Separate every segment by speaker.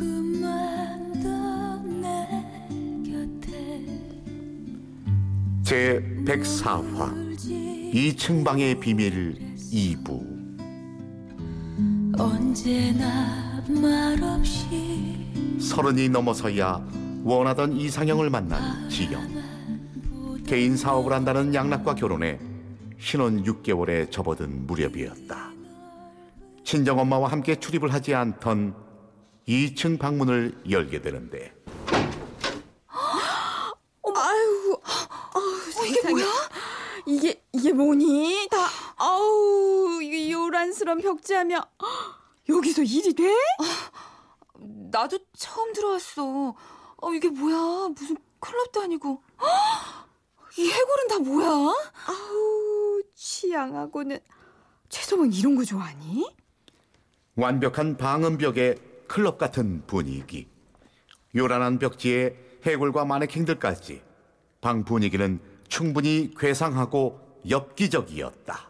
Speaker 1: 조금만 더 내 곁에
Speaker 2: 제 104화
Speaker 1: 울지
Speaker 2: 아, 이층방의 비밀 2부
Speaker 1: 언제나 말없이
Speaker 2: 서른이 넘어서야 원하던 이상형을 만난 지영 개인 사업을 한다는 양락과 결혼해 신혼 6개월에 접어든 무렵이었다 친정엄마와 함께 출입을 하지 않던 2층 방문을 열게 되는데
Speaker 3: 아유, 아유 이게 뭐야? 이게 이게 뭐니? 다 아우 이 요란스런 벽지하며 여기서 일이 돼? 아, 나도 처음 들어왔어. 어 이게 뭐야? 무슨 클럽도 아니고. 이 해골은 다 뭐야? 아우 취향하고는 최소방 이런 거 좋아하니?
Speaker 2: 완벽한 방음벽에 클럽 같은 분위기. 요란한 벽지에 해골과 마네킹들까지. 방 분위기는 충분히 괴상하고 엽기적이었다.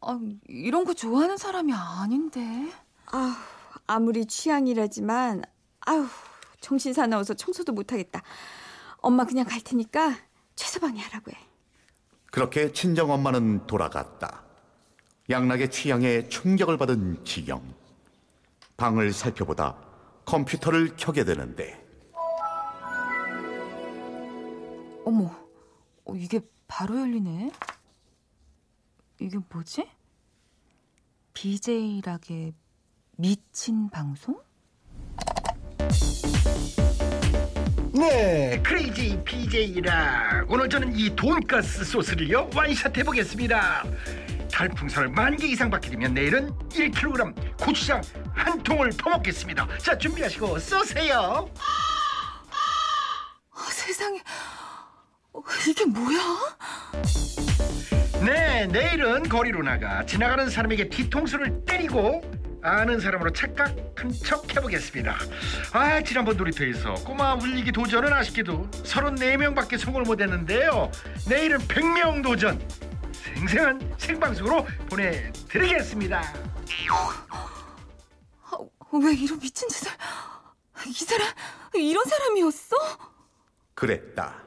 Speaker 3: 아, 이런 거 좋아하는 사람이 아닌데. 아, 아무리 취향이라지만 아우, 정신 사나워서 청소도 못 하겠다. 엄마 그냥 갈 테니까 최서방이 하라고 해.
Speaker 2: 그렇게 친정 엄마는 돌아갔다. 양락의 취향에 충격을 받은 지영. 방을 살펴보다 컴퓨터를 켜게 되는데
Speaker 3: 어머. 이게 바로 열리네. 이게 뭐지? BJ락의 미친 방송?
Speaker 4: 네, 크레이지 BJ라 오늘 저는 이 돈가스 소스를요 와인샷 해보겠습니다. 달풍선을 만 개 이상 받게 되면 내일은 1kg 고추장 한 통을 퍼먹겠습니다. 자 준비하시고 쏘세요.
Speaker 3: 아, 세상에. 어, 이게 뭐야?
Speaker 4: 네, 내일은 거리로 나가 지나가는 사람에게 뒤통수를 때리고 아는 사람으로 착각한 척 해보겠습니다. 아, 지난번 놀이터에서 꼬마 울리기 도전은 아쉽게도 34명밖에 성공을 못했는데요. 내일은 100명 도전 생생한 생방송으로 보내드리겠습니다.
Speaker 3: 아, 왜 이런 미친 짓을? 이 사람 이런 사람이었어?
Speaker 2: 그랬다.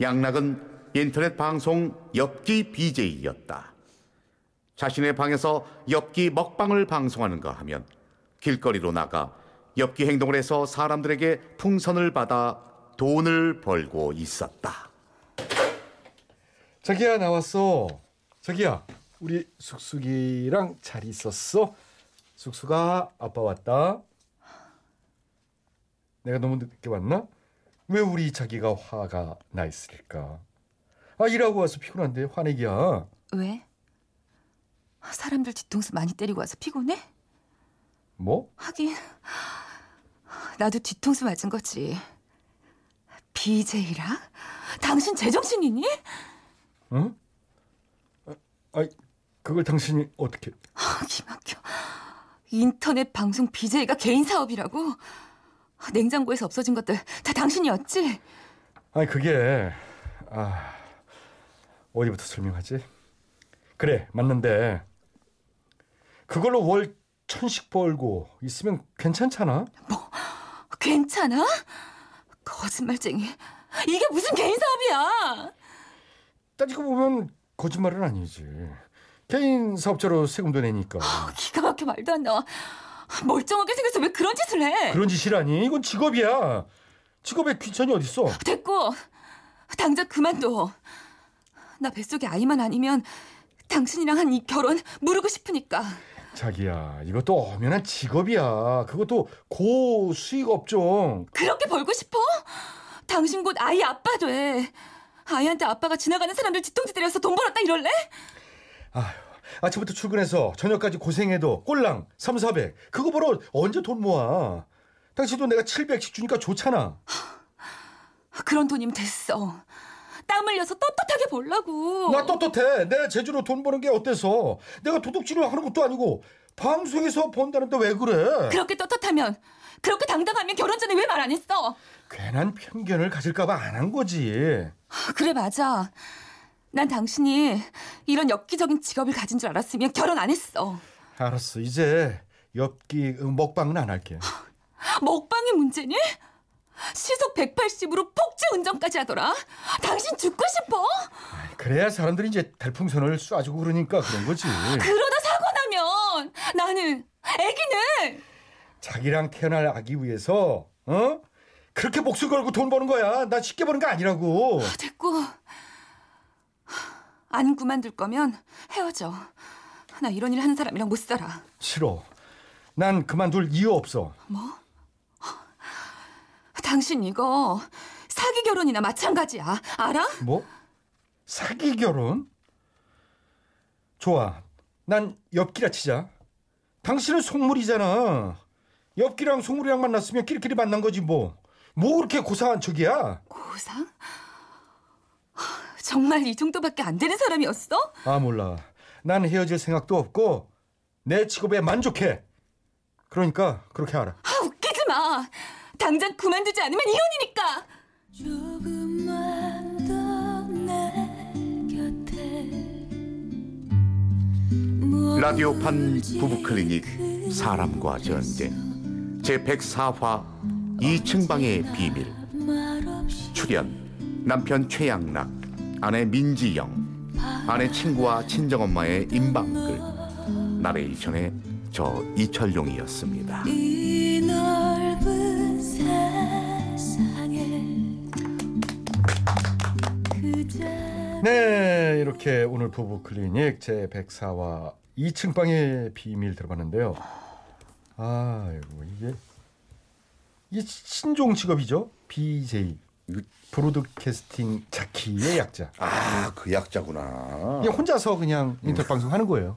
Speaker 2: 양락은 인터넷 방송 엽기 BJ였다. 자신의 방에서 엽기 먹방을 방송하는가 하면 길거리로 나가 엽기 행동을 해서 사람들에게 풍선을 받아 돈을 벌고 있었다.
Speaker 5: 자기야 나왔어. 자기야 우리 숙숙이랑 잘 있었어? 숙숙아 아빠 왔다. 내가 너무 늦게 왔나? 왜 우리 자기가 화가 나 있을까? 아 일하고 와서 피곤한데 화내기야.
Speaker 3: 왜? 사람들 뒤통수 많이 때리고 와서 피곤해?
Speaker 5: 뭐?
Speaker 3: 하긴 나도 뒤통수 맞은 거지. BJ라? 당신 제정신이니?
Speaker 5: 응? 아, 아이, 그걸 당신이 어떻게?
Speaker 3: 아, 기막혀. 인터넷 방송 BJ가 개인 사업이라고? 냉장고에서 없어진 것들 다 당신이었지?
Speaker 5: 아니 그게 아 어디부터 설명하지? 그래 맞는데 그걸로 월 천씩 벌고 있으면 괜찮잖아.
Speaker 3: 괜찮아? 거짓말쟁이. 이게 무슨 개인 사업이야?
Speaker 5: 따지고 보면 거짓말은 아니지. 개인 사업자로 세금도 내니까
Speaker 3: 기가 막혀 말도 안 나와. 멀쩡하게 생겨서 왜 그런 짓을 해?
Speaker 5: 그런 짓이라니 이건 직업이야. 직업에 귀천이 어딨어?
Speaker 3: 됐고 당장 그만둬. 나 뱃속에 아이만 아니면 당신이랑 한 이 결혼 모르고 싶으니까.
Speaker 5: 자기야 이것도 엄연한 직업이야. 그것도 고수익 업종.
Speaker 3: 그렇게 벌고 싶어? 당신 곧 아이 아빠 돼. 아이한테 아빠가 지나가는 사람들 뒤통수 때려서 돈 벌었다 이럴래?
Speaker 5: 아휴, 아침부터 출근해서 저녁까지 고생해도 꼴랑 3, 400 그거 벌어 언제 돈 모아 당신도 내가 700씩 주니까 좋잖아
Speaker 3: 그런 돈이면 됐어. 땀 흘려서 떳떳하게 벌라고.
Speaker 5: 나 아, 떳떳해 내 재주로 돈 버는 게 어때서 내가 도둑질을 하는 것도 아니고 방송에서 번다는데 왜 그래
Speaker 3: 그렇게 떳떳하면 그렇게 당당하면 결혼 전에 왜 말 안 했어?
Speaker 5: 괜한 편견을 가질까봐 안 한 거지
Speaker 3: 그래 맞아. 난 당신이 이런 엽기적인 직업을 가진 줄 알았으면 결혼 안 했어.
Speaker 5: 알았어 이제 엽기 어, 먹방은 안 할게.
Speaker 3: 그 먹방이 문제니? 시속 180으로 폭주 운전까지 하더라. 당신 죽고 싶어?
Speaker 5: 그래야 사람들이 이제 달풍선을 쏴주고 그러니까 그런 거지.
Speaker 3: 그러다 사고 나면 나는 아기는
Speaker 5: 자기랑 태어날 아기 위해서 어? 그렇게 목숨 걸고 돈 버는 거야. 나 쉽게 버는 거 아니라고.
Speaker 3: 됐고 안 그만둘 거면 헤어져. 나 이런 일 하는 사람이랑 못 살아.
Speaker 5: 싫어. 난 그만둘 이유 없어.
Speaker 3: 당신 이거 사기 결혼이나 마찬가지야. 알아?
Speaker 5: 뭐? 사기 결혼? 좋아. 난 엽기라 치자. 당신은 속물이잖아. 엽기랑 속물이랑 만났으면 끼리끼리 만난 거지 뭐. 뭐 그렇게 고상한 척이야?
Speaker 3: 고상? 정말 이 정도밖에 안 되는 사람이었어?
Speaker 5: 아 몰라. 난 헤어질 생각도 없고 내 직업에 만족해. 그러니까 그렇게 알아.
Speaker 3: 아 웃기지 마. 당장 그만두지 않으면 이혼이니까.
Speaker 1: 조금만 더 내 곁에
Speaker 2: 라디오판 부부클리닉 사람과 전쟁 제104화 2층 방의 비밀
Speaker 1: 말없이
Speaker 2: 출연 남편 최양락 아내 민지영 아내 친구와 친정엄마의 임방글 나레이션의 저 이철용이었습니다.
Speaker 1: 이 넓은 세상에 그자
Speaker 5: 네, 이렇게 오늘 부부 클리닉 제 104화 2층 방의 비밀 들어봤는데요. 아이고 이게 이게 신종 직업이죠. BJ 브로드캐스팅 자키의 약자.
Speaker 2: 아, 그 약자구나.
Speaker 5: 이게 혼자서 그냥
Speaker 2: 음.
Speaker 5: 인터넷 방송 하는 거예요.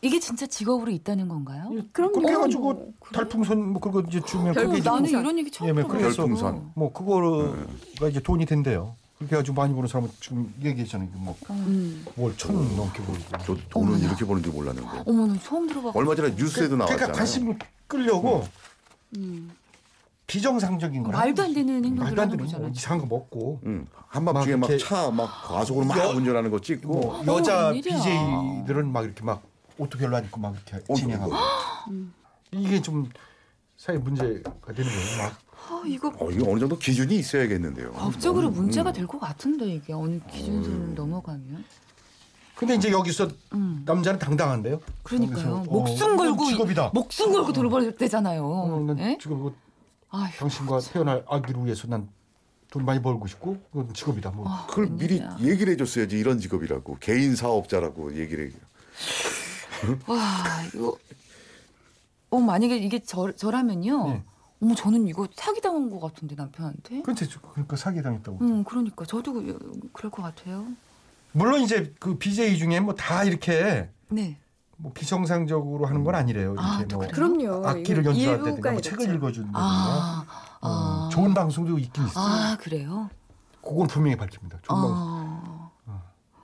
Speaker 3: 이게 진짜 직업으로 있다는 건가요? 어,
Speaker 6: 그럼요.
Speaker 5: 그렇게 해가지고 달풍선 뭐 그거 이제 주면
Speaker 3: 별거
Speaker 5: 그게 이제
Speaker 3: 나는
Speaker 6: 풍선.
Speaker 3: 이런 얘기 처음
Speaker 5: 예, 뭐
Speaker 3: 들어봤어.
Speaker 2: 별풍선. 네.
Speaker 5: 뭐 그거가 이제 돈이 된대요. 그렇게 해가지고 많이 버는 사람은 지금 얘기했잖아요.
Speaker 3: 음.
Speaker 5: 뭐월천 넘게 벌고.
Speaker 2: 저도 돈은 이렇게 버는 줄 몰랐는데.
Speaker 3: 어머, 나 처음 들어봐.
Speaker 2: 얼마 전에 뉴스에도
Speaker 5: 그러니까
Speaker 2: 나왔잖아요. 어.
Speaker 5: 관심 끌려고 비정상적인
Speaker 3: 음.
Speaker 5: 거라.
Speaker 3: 말도 안 되는 행동들
Speaker 5: 말도 안
Speaker 3: 하는
Speaker 5: 되는
Speaker 3: 거잖아.
Speaker 5: 거 이상한 거 먹고
Speaker 2: 응.
Speaker 5: 막
Speaker 2: 음, 한밤중에 막
Speaker 5: 이렇게-
Speaker 2: 차 막 과속으로 막
Speaker 5: 여-
Speaker 2: 운전하는 거 찍고
Speaker 5: 뭐 여자
Speaker 3: 어, 웬일이야.
Speaker 5: BJ들은 막 이렇게 막 옷도 별로 안 입고 막 이렇게
Speaker 2: 어,
Speaker 5: 진행하고 음. 이게 좀 사회 문제가 되는 거예요. 막
Speaker 6: 아, 이거
Speaker 2: 어, 이거 어느 정도 기준이 있어야겠는데요.
Speaker 3: 법적으로
Speaker 2: 음,
Speaker 3: 문제가
Speaker 2: 음.
Speaker 3: 될 것 같은데 이게 어느 기준선을 넘어가면.
Speaker 5: 근데 이제 여기서
Speaker 3: 음.
Speaker 5: 남자는 당당한데요.
Speaker 3: 그러니까요.
Speaker 5: 여기서, 어,
Speaker 3: 목숨 걸고
Speaker 5: 이건 직업이다.
Speaker 3: 목숨 걸고 돌아버릴
Speaker 5: 어,
Speaker 3: 때잖아요.
Speaker 5: 난
Speaker 3: 예?
Speaker 5: 지금 이거
Speaker 3: 아휴,
Speaker 5: 당신과 태어날 아기를 위해서 난 돈 많이 벌고 싶고 그건 직업이다. 뭐
Speaker 3: 어.
Speaker 2: 그걸 미리
Speaker 3: 웬일이야.
Speaker 2: 얘기를 해줬어야지 이런 직업이라고 개인 사업자라고 얘기를 해.
Speaker 3: 와 아, 이거. 어 만약에 이게 저 저라면요.
Speaker 5: 네.
Speaker 3: 어머 저는 이거 사기 당한 것 같은데 남편한테.
Speaker 5: 그렇지. 그러니까 사기 당했다고.
Speaker 3: 음 그러니까 저도 그- 그럴 것 같아요.
Speaker 5: 물론 이제 그 BJ 중에 뭐 다 이렇게
Speaker 3: 네.
Speaker 5: 뭐 비정상적으로 하는
Speaker 2: 음.
Speaker 5: 건 아니래요. 이렇게
Speaker 3: 아, 또
Speaker 5: 뭐
Speaker 6: 그럼요.
Speaker 5: 악기를
Speaker 6: 이거
Speaker 5: 연주한다든가
Speaker 6: 일부가
Speaker 5: 뭐
Speaker 6: 이렇죠.
Speaker 5: 책을 읽어주는 거든요 음,
Speaker 3: 아, 아.
Speaker 5: 좋은 방송도 있긴 있어요.
Speaker 3: 아 그래요.
Speaker 5: 그건 분명히 밝힙니다. 좋은 방송.
Speaker 3: 아.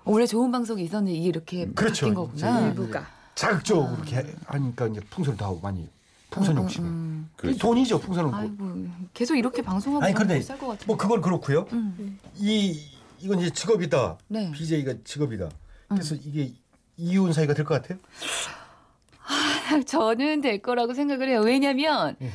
Speaker 3: 원래 좋은 방송이 있었는데 이게 이렇게
Speaker 5: 그렇죠.
Speaker 3: 바뀐
Speaker 5: 이제
Speaker 3: 거구나.
Speaker 6: 일부가.
Speaker 5: 네. 자극적으로 이렇게 하니까 이제 풍선을 다 많이 풍선 욕심. 이
Speaker 3: 아. 음,
Speaker 2: 그렇죠.
Speaker 5: 돈이죠 풍선은. 뭐.
Speaker 3: 아이고 계속 이렇게 방송하고
Speaker 5: 아니, 근데
Speaker 3: 못살것 같은데.
Speaker 5: 뭐 그건 그렇고요.
Speaker 3: 음.
Speaker 5: 이 이건 이제 직업이다.
Speaker 3: 네. 음.
Speaker 5: BJ가 직업이다. 그래서 이게 이혼 사이가 될 것 같아요.
Speaker 3: 저는 될 거라고 생각을 해요. 왜냐면
Speaker 5: 예.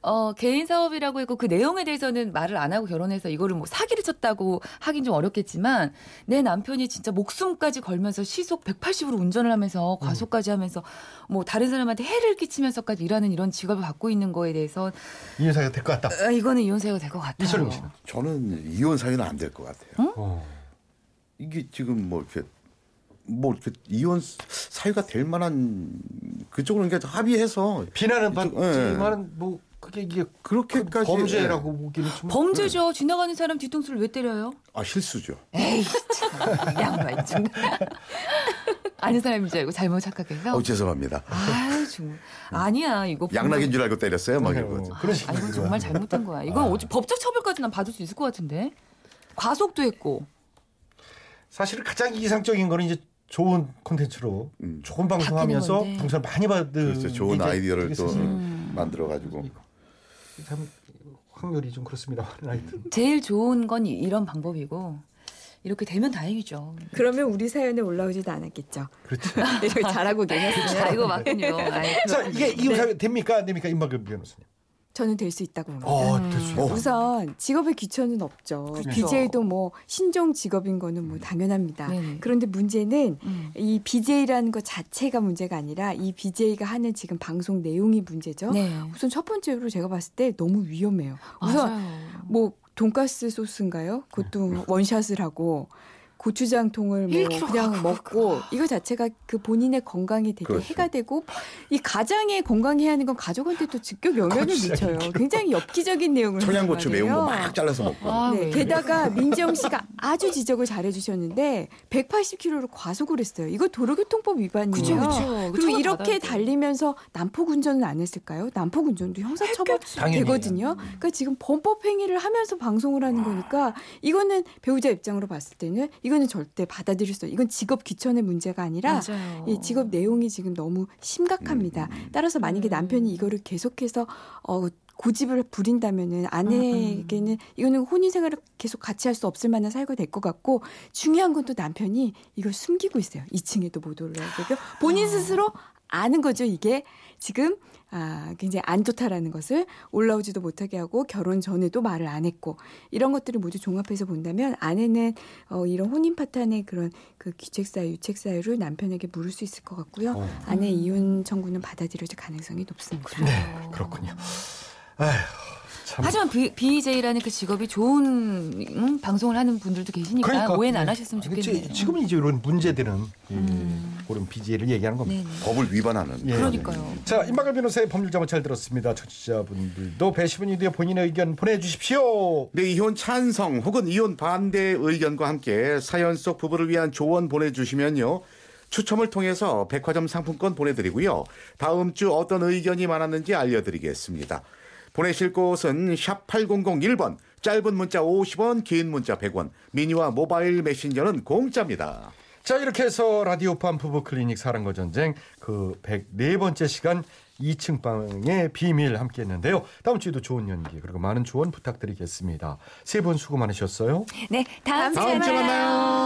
Speaker 3: 어, 개인 사업이라고 했고 그 내용에 대해서는 말을 안 하고 결혼해서 이거를 뭐 사기를 쳤다고 하긴 좀 어렵겠지만 내 남편이 진짜 목숨까지 걸면서 시속 180으로 운전을
Speaker 5: 음.
Speaker 3: 하면서 과속까지 하면서 뭐 다른 사람한테 해를 끼치면서까지 일하는 이런 직업을 갖고 있는 거에 대해서
Speaker 5: 이혼 사이가 될 것 같다.
Speaker 3: 아, 이거는 이혼 사유가 될 것 같아요.
Speaker 5: 이철용 씨는?
Speaker 2: 저는 이혼 사유는 안 될 것 같아요.
Speaker 5: 어.
Speaker 2: 이게 지금 뭐 이렇게 뭐 이렇게 이혼 사유가 될 만한 그쪽으로 그러니까 합의해서
Speaker 5: 비난은
Speaker 2: 이쪽,
Speaker 5: 받지만 뭐 그게 이게
Speaker 2: 그렇게까지 예.
Speaker 5: 범죄라고 뭐 보기는 좀
Speaker 3: 범죄죠. 지나가는 사람 뒤통수를 왜 때려요?
Speaker 2: 아 실수죠.
Speaker 3: 에이, 참. 양말 좀. 아는 사람인 줄 알고 잘못 착각해서.
Speaker 2: 어 죄송합니다.
Speaker 3: 아유 정말 아니야 이거
Speaker 2: 양락인 줄 알고 때렸어요. 막 이런 거.
Speaker 5: 그런
Speaker 3: 아
Speaker 5: 식으로
Speaker 3: 이건 정말 잘못된 거야
Speaker 5: 아.
Speaker 3: 이건 어찌 법적 처벌까지 난 받을 수 있을 것 같은데 과속도 했고
Speaker 5: 사실 가장 이상적인 거는 이제 좋은 콘텐츠로
Speaker 2: 음.
Speaker 5: 좋은
Speaker 3: 바뀌는
Speaker 5: 방송하면서
Speaker 3: 건데.
Speaker 5: 풍선 많이 받는
Speaker 2: 그래서 좋은
Speaker 5: 게 이제
Speaker 2: 아이디어를
Speaker 5: 이게
Speaker 2: 또 음.
Speaker 5: 사실
Speaker 3: 음.
Speaker 2: 만들어 가지고
Speaker 5: 참 확률이 좀 그렇습니다. 하여튼
Speaker 3: 제일 좋은 건 이- 이런 방법이고 이렇게 되면 다행이죠.
Speaker 6: 그러면 우리 사연에 올라오지도 않았겠죠.
Speaker 5: 그렇죠.
Speaker 6: 이렇게 잘하고 계셨어요.
Speaker 3: 아, 이거 맞군요. 아이,
Speaker 5: 자,
Speaker 3: 네.
Speaker 5: 이게 이거 됩니까 안 됩니까 임박근 변호사님?
Speaker 6: 저는 될 수 있다고 봅니다.
Speaker 5: 어,
Speaker 3: 음.
Speaker 5: 됐어요.
Speaker 6: 우선 직업의 귀천은 없죠.
Speaker 5: 그렇죠.
Speaker 6: BJ도 뭐 신종 직업인 거는 뭐 당연합니다.
Speaker 3: 네네.
Speaker 6: 그런데 문제는
Speaker 3: 음.
Speaker 6: 이 BJ라는 것 자체가 문제가 아니라 이 BJ가 하는 지금 방송 내용이 문제죠.
Speaker 3: 네.
Speaker 6: 우선 첫 번째로 제가 봤을 때 너무 위험해요. 우선
Speaker 3: 맞아요.
Speaker 6: 뭐 돈가스 소스인가요?
Speaker 2: 네.
Speaker 6: 그것도 원샷을 하고 고추장통을 뭐
Speaker 3: 1kg
Speaker 6: 그냥 먹고 이거 자체가 그 본인의 건강에 되게
Speaker 2: 그렇죠.
Speaker 6: 해가 되고 이 가장의 건강에 하는 건 가족한테 또 직격 영향을
Speaker 5: 고추장
Speaker 6: 미쳐요. 굉장히 엽기적인 내용을
Speaker 2: 그렇죠. 청양고추 매운
Speaker 6: 하는
Speaker 2: 거
Speaker 6: 거예요.
Speaker 2: 막 잘라서 먹고
Speaker 3: 아,
Speaker 6: 네,
Speaker 3: 왜
Speaker 6: 게다가 민지영 씨가 아주 지적을 잘해주셨는데 180km로 과속을 했어요. 이거 도로교통법 위반이에요.
Speaker 3: 그쵸, 어, 그쵸.
Speaker 6: 리고
Speaker 3: 처벌
Speaker 6: 이렇게
Speaker 3: 받아야 돼요.
Speaker 6: 달리면서 난폭 운전은 안 했을까요? 난폭 운전도 형사처벌
Speaker 3: 음.
Speaker 5: 당연히.
Speaker 6: 되거든요. 그러니까 지금 범법 행위를 하면서 방송을 하는 거니까 이거는 배우자 입장으로 봤을 때는 이거는 절대 받아들일 수 없어요. 이건 직업 귀천의 문제가 아니라
Speaker 3: 맞아요.
Speaker 6: 이 직업 내용이 지금 너무 심각합니다. 따라서 만약에
Speaker 3: 음.
Speaker 6: 남편이 이거를 계속해서 어 고집을 부린다면은 아내에게는
Speaker 3: 음,
Speaker 6: 이거는 혼인 생활을 계속 같이 할 수 없을 만한 사유가 될 것 같고 중요한 건 또 남편이 이걸 숨기고 있어요. 2층에도 못 올라가고
Speaker 3: 아.
Speaker 6: 본인 스스로 아는 거죠. 이게 지금 아 굉장히 안 좋다라는 것을 올라오지도 못하게 하고 결혼 전에도 말을 안 했고 이런 것들을 모두 종합해서 본다면 아내는 어, 이런 혼인 파탄의 그런 그 귀책 사유, 유책 사유를 남편에게 물을 수 있을 것 같고요.
Speaker 5: 어.
Speaker 6: 아내 이혼 청구는 받아들여질 가능성이 높습니다.
Speaker 5: 네, 그렇군요. 아휴, 참.
Speaker 3: 하지만 B, BJ라는 그 직업이 좋은 음, 방송을 하는 분들도 계시니까 오해는 안
Speaker 5: 네.
Speaker 3: 하셨으면
Speaker 5: 아니,
Speaker 3: 좋겠네요. 음.
Speaker 5: 지- 지금은 이제 이런 문제들은 이 그런 BJ를 얘기하는 겁니다.
Speaker 3: 네.
Speaker 2: 법을 위반하는
Speaker 5: 예.
Speaker 3: 그러니까요.
Speaker 5: 자, 임박을 변호사의 법률 자문 잘 들었습니다. 청취자분들도 배시분 이후에 본인의 의견 보내주십시오.
Speaker 2: 네, 이혼 찬성 혹은 이혼 반대 의견과 함께 사연 속 부부를 위한 조언 보내주시면요. 추첨을 통해서 백화점 상품권 보내드리고요. 다음 주 어떤 의견이 많았는지 알려드리겠습니다. 보내실 곳은 샵 8001번, 짧은 문자 50원, 긴 문자 100원, 미니와 모바일 메신저는 공짜입니다.
Speaker 5: 자, 이렇게 해서 라디오판 부부 클리닉 사랑과 전쟁 그 104번째 시간 2층 방의 비밀 함께 했는데요. 다음 주에도 좋은 연기 그리고 많은 조언 부탁드리겠습니다. 세 분 수고 많으셨어요.
Speaker 3: 네, 다음,
Speaker 2: 다음 주에 만나요.